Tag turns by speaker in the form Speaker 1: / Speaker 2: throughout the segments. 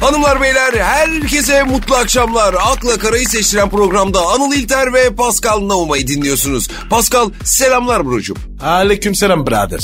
Speaker 1: Hanımlar beyler herkese mutlu akşamlar. Akla karayı seçtiren programda Anıl İlter ve Pascal Nauma'yı dinliyorsunuz. Pascal selamlar brocum.
Speaker 2: Aleykümselam brother.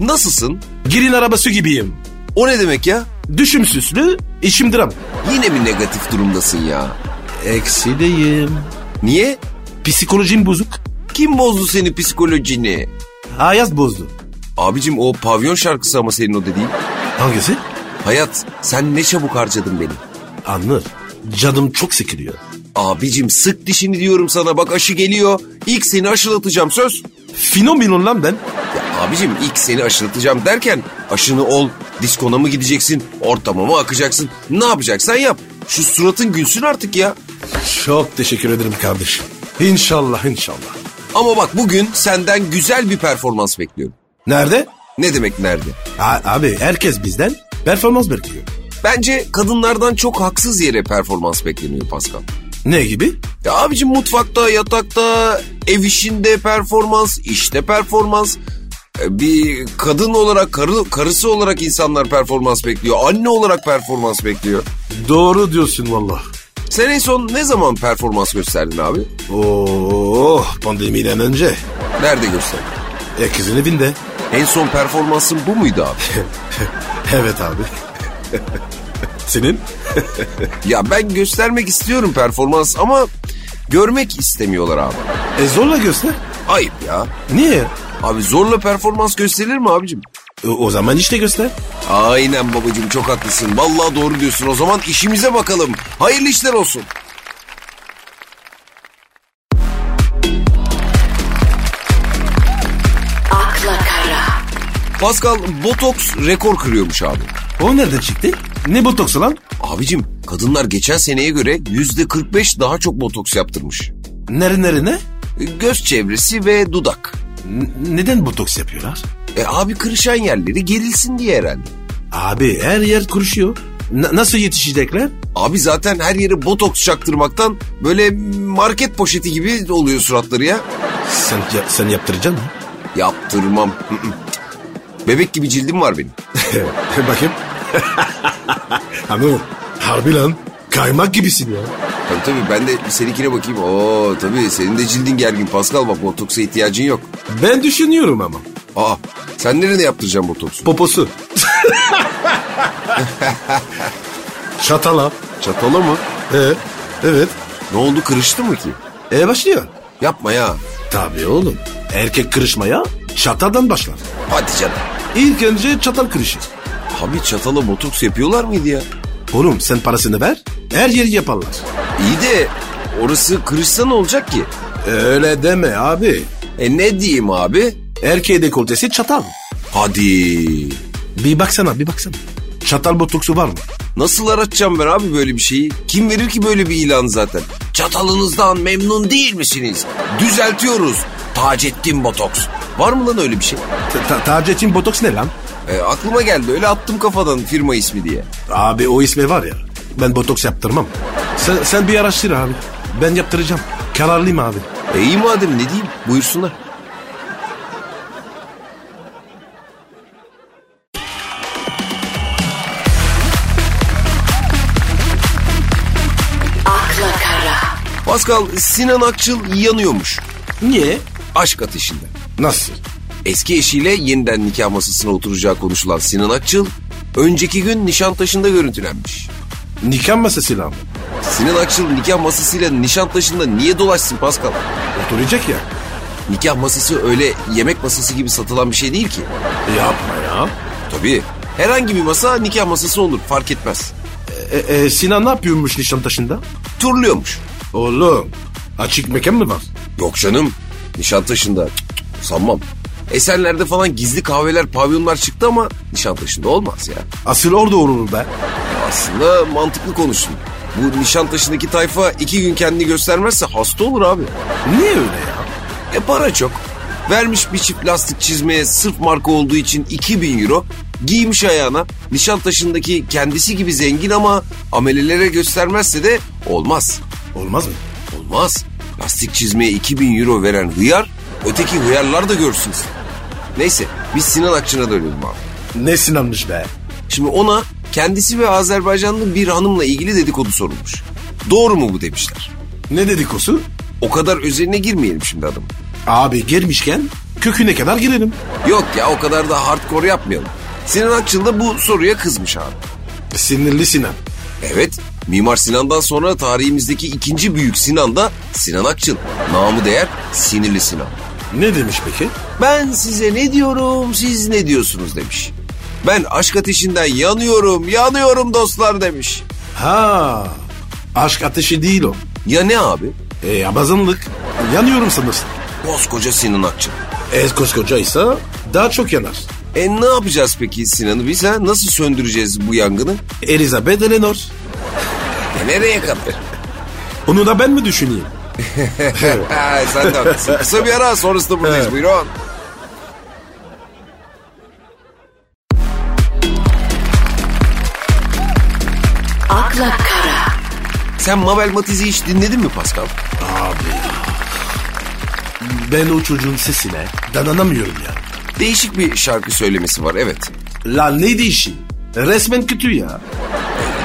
Speaker 1: Nasılsın?
Speaker 2: Girin arabası gibiyim.
Speaker 1: O ne demek ya?
Speaker 2: Düşüm süslü, işim dram.
Speaker 1: Yine mi negatif durumdasın ya?
Speaker 2: Eksideyim.
Speaker 1: Niye?
Speaker 2: Psikolojim bozuk.
Speaker 1: Kim bozdu senin psikolojini?
Speaker 2: Hayat bozdu.
Speaker 1: Abicim o pavyon şarkısı ama senin o dediğin.
Speaker 2: Hangisi?
Speaker 1: Hayat sen ne çabuk harcadın beni.
Speaker 2: Anlı. Canım çok sıkılıyor.
Speaker 1: Abicim sık dişini diyorum sana bak aşı geliyor. İlk seni aşılatacağım söz.
Speaker 2: Fenomenon lan ben.
Speaker 1: Ya abicim ilk seni aşılatacağım derken aşını ol, diskona mı gideceksin, ortama mı akacaksın, ne yapacaksan yap. Şu suratın gülsün artık ya.
Speaker 2: Çok teşekkür ederim kardeşim. İnşallah inşallah.
Speaker 1: Ama bak bugün senden güzel bir performans bekliyorum.
Speaker 2: Nerede?
Speaker 1: Ne demek nerede?
Speaker 2: A- abi herkes bizden performans bekliyor.
Speaker 1: Bence kadınlardan çok haksız yere performans bekleniyor Pascal.
Speaker 2: Ne gibi?
Speaker 1: Ya abicim mutfakta, yatakta, ev işinde performans, işte performans. E, Bir kadın olarak, karı, karısı olarak insanlar performans bekliyor. Anne olarak performans bekliyor.
Speaker 2: Doğru diyorsun valla.
Speaker 1: Sen en son ne zaman performans gösterdin abi?
Speaker 2: Oo pandemiden önce.
Speaker 1: Nerede gösterdin?
Speaker 2: Herkesin evinde.
Speaker 1: En son performansın bu muydu abi?
Speaker 2: evet abi. Senin?
Speaker 1: ya ben göstermek istiyorum performans ama görmek istemiyorlar abi.
Speaker 2: E zorla göster.
Speaker 1: Ayıp ya.
Speaker 2: Niye?
Speaker 1: Abi zorla performans gösterilir mi abicim?
Speaker 2: E, o zaman işte göster.
Speaker 1: Aynen babacığım çok haklısın. Vallahi doğru diyorsun. O zaman işimize bakalım. Hayırlı işler olsun.
Speaker 3: akla kara,
Speaker 1: Pascal botoks rekor kırıyormuş abi.
Speaker 2: O nereden çıktı? Ne botoksu lan?
Speaker 1: Abicim kadınlar geçen seneye göre yüzde 45 daha çok botoks yaptırmış. E,
Speaker 2: Nere nere ne?
Speaker 1: Göz çevresi ve dudak.
Speaker 2: N- neden botoks yapıyorlar?
Speaker 1: E abi kırışan yerleri gerilsin diye herhalde.
Speaker 2: Abi her yer kuruşuyor. Na- nasıl yetişecekler?
Speaker 1: Abi zaten her yere botoks çaktırmaktan böyle market poşeti gibi oluyor suratları ya.
Speaker 2: Sen, ya- sen yaptıracaksın mı?
Speaker 1: Yaptırmam. Hı hı. Bebek gibi cildim var benim.
Speaker 2: Bakayım. Anıl harbi lan kaymak gibisin ya.
Speaker 1: Tabii tabii ben de bir seninkine bakayım. Oo tabii senin de cildin gergin Pascal bak botoksa ihtiyacın yok.
Speaker 2: Ben düşünüyorum ama.
Speaker 1: Aa sen nereye yaptıracaksın botoksu?
Speaker 2: Poposu. Çatala.
Speaker 1: Çatala mı?
Speaker 2: Ee, evet.
Speaker 1: Ne oldu kırıştı mı ki?
Speaker 2: E başlıyor.
Speaker 1: Yapma ya.
Speaker 2: Tabii oğlum. Erkek kırışmaya çataldan başlar.
Speaker 1: Hadi canım.
Speaker 2: İlk önce çatal kırışır.
Speaker 1: Abi çatala botoks yapıyorlar mıydı ya?
Speaker 2: Oğlum sen parasını ver. Her yeri yaparlar.
Speaker 1: İyi de orası kırışsa ne olacak ki?
Speaker 2: Öyle deme abi.
Speaker 1: E ne diyeyim abi?
Speaker 2: Erkeğe dekoltesi çatal.
Speaker 1: Hadi.
Speaker 2: Bir baksana bir baksana. Çatal botoksu var mı?
Speaker 1: Nasıl aratacağım ben abi böyle bir şeyi? Kim verir ki böyle bir ilan zaten? Çatalınızdan memnun değil misiniz? Düzeltiyoruz. Tacettin Botoks. Var mı lan öyle bir şey?
Speaker 2: Ta- ta- Taceddin botoks ne lan?
Speaker 1: E, aklıma geldi öyle attım kafadan firma ismi diye.
Speaker 2: Abi o ismi var ya. Ben botoks yaptırmam. Sen, sen bir araştır abi. Ben yaptıracağım. Kararlıyım abi.
Speaker 1: E iyi madem ne diyeyim buyursunlar.
Speaker 3: akla kara,
Speaker 1: Pascal Sinan Akçıl yanıyormuş.
Speaker 2: Niye?
Speaker 1: Aşk ateşinde.
Speaker 2: Nasıl?
Speaker 1: Eski eşiyle yeniden nikah masasına oturacağı konuşulan Sinan Akçıl önceki gün Nişantaşı'nda görüntülenmiş.
Speaker 2: Nikah masası lan.
Speaker 1: Sinan Akçıl nikah masasıyla Nişantaşı'nda niye dolaşsın Pascal?
Speaker 2: Oturacak ya.
Speaker 1: Nikah masası öyle yemek masası gibi satılan bir şey değil ki.
Speaker 2: Yapma ya.
Speaker 1: Tabii herhangi bir masa nikah masası olur fark etmez.
Speaker 2: E, e, Sinan ne yapıyormuş Nişantaşı'nda?
Speaker 1: Turluyormuş.
Speaker 2: Oğlum açık mekan mı var?
Speaker 1: Yok canım. Nişantaşı'nda. Cık, cık, Sanmam. Esenler'de falan gizli kahveler, pavyonlar çıktı ama Nişantaşı'nda olmaz ya.
Speaker 2: Asıl orada olur be.
Speaker 1: Ya Aslında mantıklı konuştun. Bu Nişantaşı'ndaki tayfa iki gün kendini göstermezse hasta olur abi.
Speaker 2: Niye öyle ya?
Speaker 1: E para çok. Vermiş bir çift lastik çizmeye sırf marka olduğu için 2000 euro. Giymiş ayağına Nişantaşı'ndaki kendisi gibi zengin ama amelelere göstermezse de olmaz.
Speaker 2: Olmaz mı?
Speaker 1: Olmaz. Lastik çizmeye 2000 euro veren hıyar, öteki hıyarlar da görsünüz. Neyse biz Sinan Akçın'a dönelim abi.
Speaker 2: Ne Sinan'mış be?
Speaker 1: Şimdi ona kendisi ve Azerbaycanlı bir hanımla ilgili dedikodu sorulmuş. Doğru mu bu demişler.
Speaker 2: Ne dedikosu?
Speaker 1: O kadar özeline girmeyelim şimdi adam.
Speaker 2: Abi gelmişken köküne kadar girelim.
Speaker 1: Yok ya o kadar da hardcore yapmayalım. Sinan Akçıl da bu soruya kızmış abi.
Speaker 2: Sinirli Sinan.
Speaker 1: Evet, Mimar Sinan'dan sonra tarihimizdeki ikinci büyük Sinan da Sinan Akçıl. Namı değer Sinirli Sinan.
Speaker 2: Ne demiş peki?
Speaker 1: Ben size ne diyorum, siz ne diyorsunuz demiş. Ben aşk ateşinden yanıyorum, yanıyorum dostlar demiş.
Speaker 2: Ha, aşk ateşi değil o.
Speaker 1: Ya ne abi?
Speaker 2: E abazanlık. Yanıyorum sanırsın.
Speaker 1: Koskoca Sinan Akçıl.
Speaker 2: Ez koskocaysa daha çok yanar.
Speaker 1: E ne yapacağız peki Sinan'ı biz ha? Nasıl söndüreceğiz bu yangını?
Speaker 2: Elizabeth Eleanor.
Speaker 1: E nereye kadar?
Speaker 2: Onu da ben mi düşüneyim?
Speaker 1: Ha, sen de haklısın. Kısa bir ara sonrasında buradayız.
Speaker 2: Evet.
Speaker 1: Buyurun.
Speaker 3: akla kara,
Speaker 1: Sen Mabel Matiz'i hiç dinledin mi Pascal?
Speaker 2: Ben o çocuğun sesine dananamıyorum ya.
Speaker 1: Değişik bir şarkı söylemesi var evet.
Speaker 2: Lan neydi işi? Resmen kötü ya.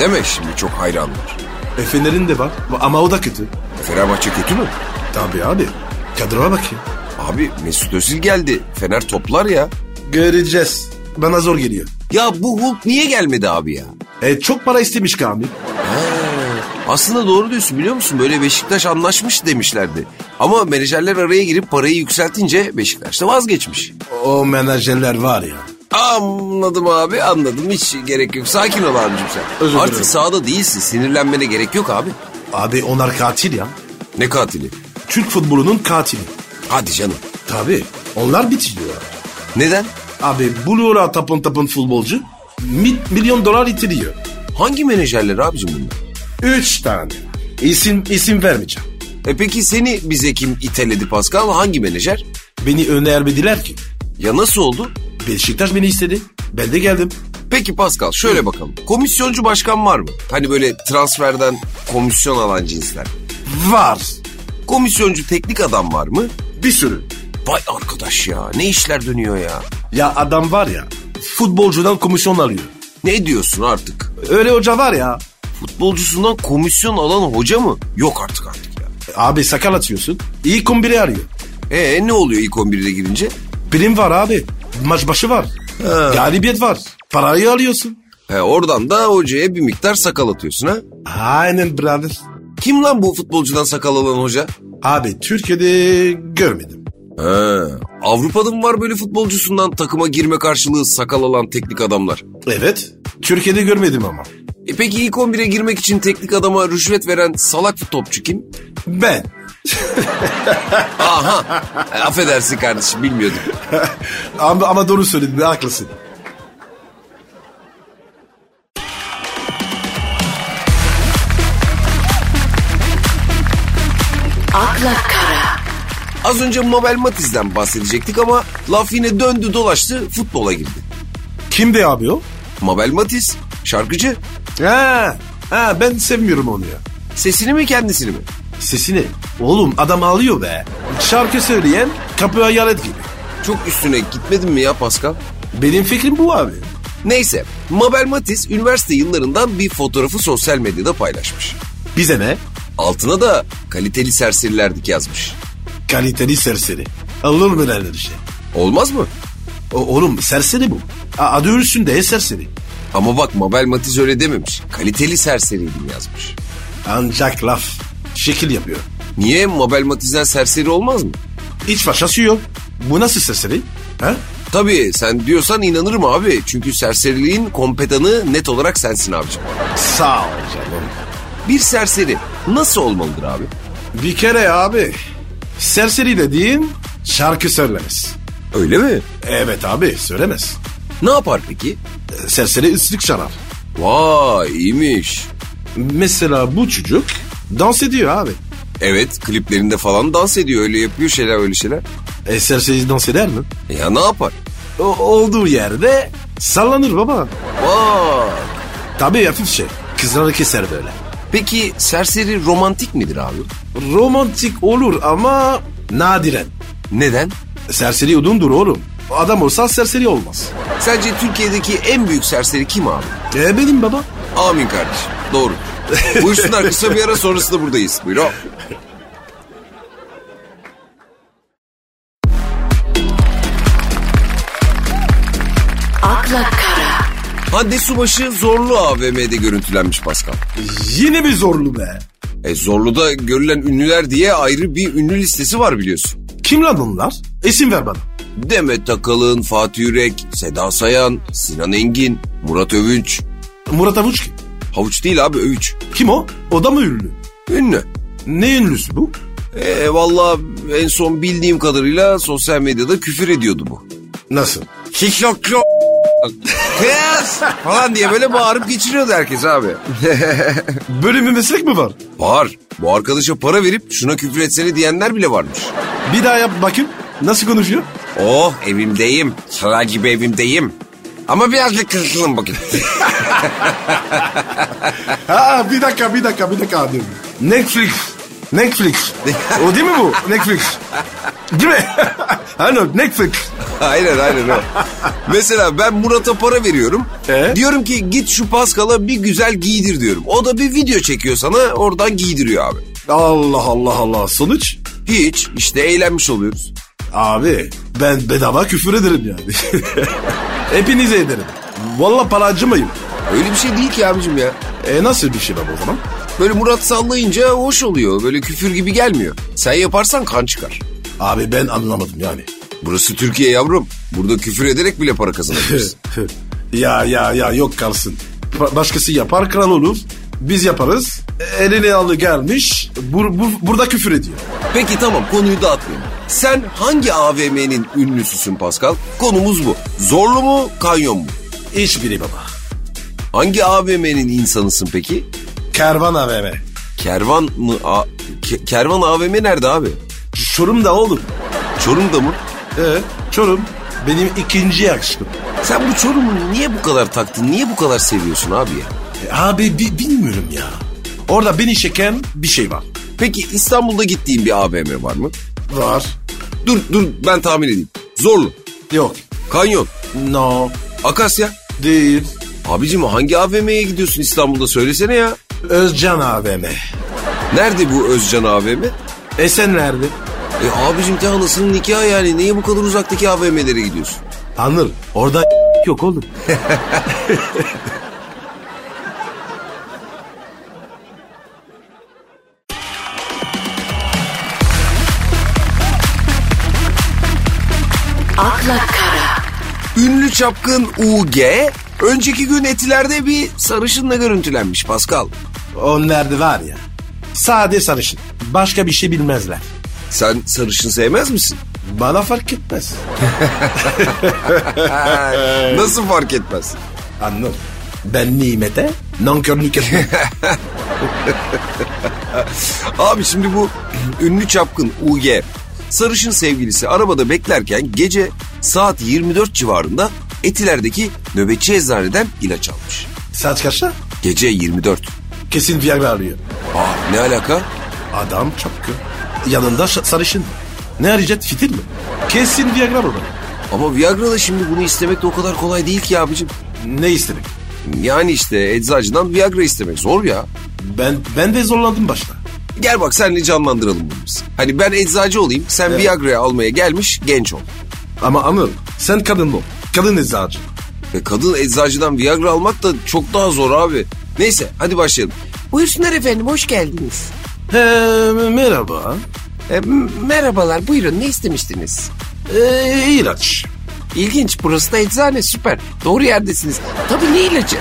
Speaker 1: Demek şimdi çok hayranlar.
Speaker 2: E, Fener'in de var ama o da kötü.
Speaker 1: Fenerbahçe kötü mü?
Speaker 2: Tabii abi. Kadroya bak ya.
Speaker 1: Abi Mesut Özil geldi. Fener toplar ya.
Speaker 2: Göreceğiz. Bana zor geliyor.
Speaker 1: Ya bu Hulk niye gelmedi abi ya?
Speaker 2: E, çok para istemiş Kamil.
Speaker 1: Aslında doğru diyorsun biliyor musun? Böyle Beşiktaş anlaşmış demişlerdi. Ama menajerler araya girip parayı yükseltince Beşiktaş da vazgeçmiş.
Speaker 2: O menajerler var ya.
Speaker 1: Anladım abi anladım. Hiç gerek yok. Sakin ol abicim sen.
Speaker 2: Özür
Speaker 1: Artık
Speaker 2: dilerim.
Speaker 1: sahada değilsin. Sinirlenmene gerek yok abi.
Speaker 2: Abi onlar katil ya.
Speaker 1: Ne katili?
Speaker 2: Türk futbolunun katili.
Speaker 1: Hadi canım.
Speaker 2: Tabii. Onlar bitiriyor.
Speaker 1: Neden?
Speaker 2: Abi buluyor tapın tapın futbolcu. mi- milyon dolar itiriyor.
Speaker 1: Hangi menajerler abicim bunlar?
Speaker 2: Üç tane. İsim, isim vermeyeceğim.
Speaker 1: E peki seni bize kim iteledi Pascal? Hangi menajer?
Speaker 2: Beni önermediler ki.
Speaker 1: Ya nasıl oldu?
Speaker 2: Beşiktaş beni istedi. Ben de geldim.
Speaker 1: Peki Pascal şöyle bakalım. Komisyoncu başkan var mı? Hani böyle transferden komisyon alan cinsler.
Speaker 2: Var.
Speaker 1: Komisyoncu teknik adam var mı?
Speaker 2: Bir sürü.
Speaker 1: Vay arkadaş ya ne işler dönüyor ya.
Speaker 2: Ya adam var ya. Futbolcudan komisyon alıyor.
Speaker 1: Ne diyorsun artık?
Speaker 2: Öyle hoca var ya.
Speaker 1: Futbolcusundan komisyon alan hoca mı? Yok artık artık ya.
Speaker 2: Abi sakal atıyorsun. İyi kombiri arıyor.
Speaker 1: E ne oluyor ilk 11'e girince?
Speaker 2: Prim var abi. Maç başı var. Galibiyet var. Parayı alıyorsun.
Speaker 1: He, E, oradan da hocaya bir miktar sakal atıyorsun ha.
Speaker 2: Aynen brother.
Speaker 1: Kim lan bu futbolcudan sakal alan hoca?
Speaker 2: Abi Türkiye'de görmedim.
Speaker 1: He, Avrupa'da mı var böyle futbolcusundan takıma girme karşılığı sakal alan teknik adamlar?
Speaker 2: Evet. Türkiye'de görmedim ama.
Speaker 1: E peki ilk 11'e girmek için teknik adama rüşvet veren salak topçu kim?
Speaker 2: Ben.
Speaker 1: Aha. E, affedersin kardeşim bilmiyordum.
Speaker 2: ama, ama doğru söyledin haklısın.
Speaker 3: akla kara,
Speaker 1: Az önce Mabel Matiz'den bahsedecektik ama laf yine döndü dolaştı futbola girdi.
Speaker 2: Kimdi abi o?
Speaker 1: Mabel Matiz şarkıcı.
Speaker 2: Ha, ha ben sevmiyorum onu ya.
Speaker 1: Sesini mi kendisini mi?
Speaker 2: Sesini. Oğlum adam ağlıyor be. Şarkı söyleyen kapı hayalet gibi.
Speaker 1: Çok üstüne gitmedin mi ya Pascal?
Speaker 2: Benim fikrim bu abi.
Speaker 1: Neyse Mabel Matiz üniversite yıllarından bir fotoğrafı sosyal medyada paylaşmış.
Speaker 2: Bize ne?
Speaker 1: Altına da kaliteli serserilerdik yazmış.
Speaker 2: Kaliteli serseri. Olur mu öyle şey?
Speaker 1: Olmaz mı?
Speaker 2: O, oğlum serseri bu. A- Adı üstünde serseri.
Speaker 1: Ama bak Mabel Matiz öyle dememiş. Kaliteli serseriydim yazmış.
Speaker 2: Ancak laf. Şekil yapıyor.
Speaker 1: Niye Mabel Matiz'den serseri olmaz mı?
Speaker 2: İç faşası yok. Bu nasıl serseri? Ha?
Speaker 1: Tabii sen diyorsan inanırım abi. Çünkü serseriliğin kompetanı net olarak sensin abicim.
Speaker 2: Sağ ol canım.
Speaker 1: Bir serseri nasıl olmalıdır abi?
Speaker 2: Bir kere abi. Serseri dediğin şarkı söylemez.
Speaker 1: Öyle mi?
Speaker 2: Evet abi söylemez.
Speaker 1: Ne yapar peki?
Speaker 2: E, Serseri ıslık çalar.
Speaker 1: Vay iyiymiş.
Speaker 2: Mesela bu çocuk dans ediyor abi.
Speaker 1: Evet kliplerinde falan dans ediyor öyle yapıyor şeyler öyle şeyler. E
Speaker 2: E serseri dans eder mi?
Speaker 1: Ya ne yapar?
Speaker 2: O, olduğu yerde sallanır baba.
Speaker 1: Vay.
Speaker 2: Tabii hafif şey. Kızları keser böyle.
Speaker 1: Peki serseri romantik midir abi?
Speaker 2: Romantik olur ama nadiren.
Speaker 1: Neden?
Speaker 2: Serseri odundur oğlum. Adam olsa serseri olmaz.
Speaker 1: Sence Türkiye'deki en büyük serseri kim abi?
Speaker 2: E benim baba.
Speaker 1: Amin kardeşim. Doğru. Buyursunlar kısa bir ara sonrasında buradayız. Buyurun.
Speaker 3: akla kara,
Speaker 1: Hande Subaşı zorlu AVM'de görüntülenmiş Pascal.
Speaker 2: Yine bir zorlu be.
Speaker 1: E, Zorlu'da görülen ünlüler diye ayrı bir ünlü listesi var biliyorsun.
Speaker 2: Kim lan bunlar? İsim ver bana.
Speaker 1: Demet Akalın, Fatih Yürek, Seda Sayan, Sinan Engin, Murat Övünç.
Speaker 2: Murat Avuç kim?
Speaker 1: Havuç değil abi Övüç.
Speaker 2: Kim o? O da mı ünlü?
Speaker 1: Ünlü.
Speaker 2: Ne ünlüsü bu?
Speaker 1: E, Valla en son bildiğim kadarıyla sosyal medyada küfür ediyordu bu.
Speaker 2: Nasıl?
Speaker 1: Kikloklo Kız falan diye böyle bağırıp geçiriyordu herkes abi.
Speaker 2: Böyle bir meslek mi var?
Speaker 1: Var. Bu arkadaşa para verip şuna küfür etsene diyenler bile varmış.
Speaker 2: Bir daha yap bakayım. Nasıl konuşuyor?
Speaker 1: Oh evimdeyim. Saray gibi evimdeyim. Ama birazcık kırkılım bugün.
Speaker 2: Ha bir dakika bir dakika bir dakika diyorum. Netflix. Netflix. o değil mi bu? Netflix. Değil mi? Hani Netflix.
Speaker 1: aynen aynen o. Mesela ben Murat'a para veriyorum.
Speaker 2: Ee?
Speaker 1: Diyorum ki git şu Paskal'a bir güzel giydir diyorum. O da bir video çekiyor sana oradan giydiriyor abi.
Speaker 2: Allah Allah Allah. Sonuç?
Speaker 1: Hiç işte eğlenmiş oluyoruz.
Speaker 2: Abi ben bedava küfür ederim yani. Hepinize ederim. Valla para acımayın.
Speaker 1: Öyle bir şey değil ki abicim ya.
Speaker 2: E nasıl bir şey baba o zaman?
Speaker 1: Böyle Murat sallayınca hoş oluyor. Böyle küfür gibi gelmiyor. Sen yaparsan kan çıkar.
Speaker 2: Abi ben anlamadım yani.
Speaker 1: Burası Türkiye yavrum. Burada küfür ederek bile para kazanabiliriz.
Speaker 2: ya ya ya yok kalsın. Ba- başkası yapar kral olur. Biz yaparız. Eline alı gelmiş. Bur- bur- burada küfür ediyor.
Speaker 1: Peki tamam konuyu dağıtmayalım. Sen hangi AVM'nin ünlüsüsün Pascal? Konumuz bu. Zorlu mu, kanyon mu?
Speaker 2: Hiçbiri baba.
Speaker 1: Hangi AVM'nin insanısın peki?
Speaker 2: Kervan AVM.
Speaker 1: Kervan mı? A- Ke- Kervan AVM nerede abi?
Speaker 2: Çorum da oğlum.
Speaker 1: Çorum'da mı?
Speaker 2: Ee, Çorum benim ikinci yakıştım.
Speaker 1: Sen bu Çorum'u niye bu kadar taktın? Niye bu kadar seviyorsun abi ya?
Speaker 2: E, abi bi- bilmiyorum ya. Orada beni çeken bir şey var.
Speaker 1: Peki İstanbul'da gittiğin bir AVM var mı?
Speaker 2: Var.
Speaker 1: Dur dur ben tahmin edeyim. Zorlu,
Speaker 2: Yok.
Speaker 1: Kanyon,
Speaker 2: No.
Speaker 1: Akasya.
Speaker 2: Değil.
Speaker 1: Abicim hangi AVM'ye gidiyorsun İstanbul'da söylesene ya.
Speaker 2: Özcan AVM.
Speaker 1: Nerede bu Özcan AVM?
Speaker 2: Esenler'di.
Speaker 1: E abicim te anasının nikahı yani. Niye bu kadar uzaktaki AVM'lere gidiyorsun?
Speaker 2: Anır. Orada yok oğlum.
Speaker 3: akla kara,
Speaker 1: Ünlü çapkın UG önceki gün etilerde bir sarışınla görüntülenmiş Pascal.
Speaker 2: Onlarda var ya. Sade sarışın. Başka bir şey bilmezler.
Speaker 1: Sen sarışın sevmez misin?
Speaker 2: Bana fark etmez.
Speaker 1: Ha, Nasıl fark etmez?
Speaker 2: Anlar. Ben nimete nankörlük etmem.
Speaker 1: Abi şimdi bu ünlü çapkın UG sarışın sevgilisi arabada beklerken gece saat 24 civarında Etiler'deki nöbetçi eczaneden ilaç almış.
Speaker 2: Saat kaçta?
Speaker 1: Gece 24.
Speaker 2: Kesin Viagra arıyor.
Speaker 1: Aa ne alaka?
Speaker 2: Adam çapkın. Yanında şa- sarışın. Ne arayacak? Fitil mi? Kesin Viagra burada.
Speaker 1: Ama Viagra'da şimdi bunu istemek de o kadar kolay değil ki abicim.
Speaker 2: Ne istedik?
Speaker 1: Yani işte eczacıdan Viagra istemek zor ya.
Speaker 2: Ben ben de zorlandım başta.
Speaker 1: Gel bak senle canlandıralım bunu biz. Hani ben eczacı olayım sen Viagra'yı almaya gelmiş genç ol.
Speaker 2: Ama Anıl sen kadın ol. Kadın eczacı.
Speaker 1: Ve kadın eczacıdan Viagra almak da çok daha zor abi. Neyse hadi başlayalım. Buyursunlar efendim hoş geldiniz. E,
Speaker 2: He, merhaba.
Speaker 1: merhabalar buyurun ne istemiştiniz?
Speaker 2: Ee, ilaç.
Speaker 1: İlginç burası da eczane süper. Doğru yerdesiniz. Tabii ne ilacı?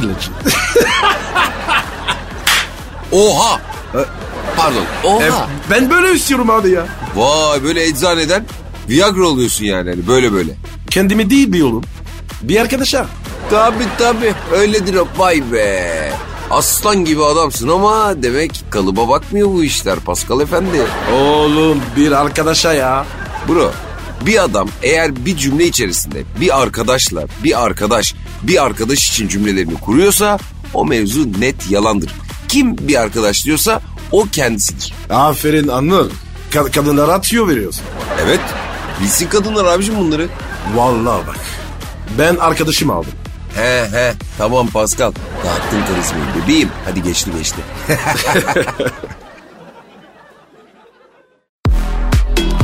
Speaker 2: İlacı.
Speaker 1: Oha. E, Pardon. Oha.
Speaker 2: E, ben böyle istiyorum abi ya.
Speaker 1: Vay böyle eczaneden Viagra alıyorsun yani hani böyle böyle.
Speaker 2: Kendimi değil bir oğlum. Bir arkadaşa.
Speaker 1: Tabi tabi öyledir o vay be. Aslan gibi adamsın ama demek kalıba bakmıyor bu işler Pascal Efendi.
Speaker 2: Oğlum bir arkadaşa ya.
Speaker 1: Bro bir adam eğer bir cümle içerisinde bir arkadaşla bir arkadaş bir arkadaş için cümlelerini kuruyorsa o mevzu net yalandır. Kim bir arkadaş diyorsa o kendisidir.
Speaker 2: Aferin Anıl. Ka- kadınlara atıyor veriyorsun.
Speaker 1: Evet Bilsin kadınlar abicim bunları.
Speaker 2: Vallahi bak. Ben arkadaşım aldım.
Speaker 1: He he tamam Pascal. Dağıttın karizmayı bebeğim. Hadi geçti geçti.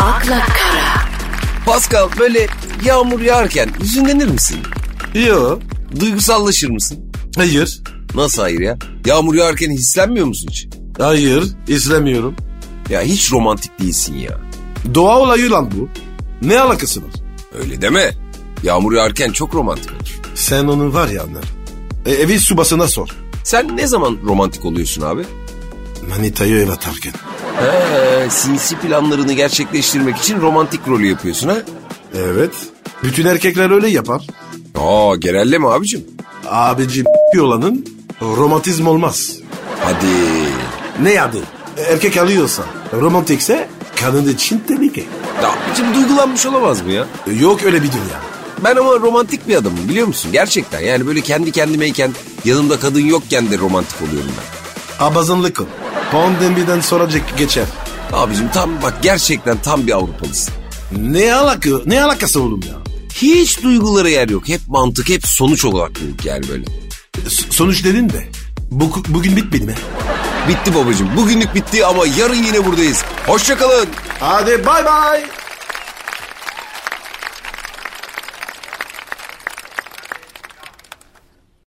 Speaker 3: akla kara,
Speaker 1: Pascal böyle yağmur yağarken hüzünlenir misin?
Speaker 2: Yo.
Speaker 1: Duygusallaşır mısın?
Speaker 2: Hayır.
Speaker 1: Nasıl hayır ya? Yağmur yağarken hislenmiyor musun hiç?
Speaker 2: Hayır. İzlemiyorum.
Speaker 1: Ya hiç romantik değilsin ya.
Speaker 2: Doğa olayı lan bu. Ne alakası var?
Speaker 1: Öyle deme. Yağmur yağarken çok romantik olur.
Speaker 2: Sen onun var ya Ömer. E, evi subasına sor.
Speaker 1: Sen ne zaman romantik oluyorsun abi?
Speaker 2: Manitayı ev atarken.
Speaker 1: He, Ee, sinsi planlarını gerçekleştirmek için romantik rolü yapıyorsun ha?
Speaker 2: Evet. Bütün erkekler öyle yapar.
Speaker 1: Aa gerelleme abicim.
Speaker 2: Abici bir olanın romantizm olmaz.
Speaker 1: Hadi.
Speaker 2: Ne yadı? Erkek alıyorsa romantikse kadın için tehlike.
Speaker 1: Ya abicim duygulanmış olamaz mı ya?
Speaker 2: Yok öyle bir dünya.
Speaker 1: Ben ama romantik bir adamım biliyor musun? Gerçekten yani böyle kendi kendimeyken yanımda kadın yokken de romantik oluyorum ben.
Speaker 2: Abazınlık o. Pandemiden sonra ge- geçer.
Speaker 1: Abicim tam bak gerçekten tam bir Avrupalısın.
Speaker 2: Ne alaka, ne alakası oğlum ya?
Speaker 1: Hiç duygulara yer yok. Hep mantık, hep sonuç olarak yani böyle.
Speaker 2: S- sonuç dedin de. Bu, bugün bitmedi mi?
Speaker 1: Bitti babacığım. Bugünlük bitti ama yarın yine buradayız. Hoşçakalın.
Speaker 2: Hadi bay bay.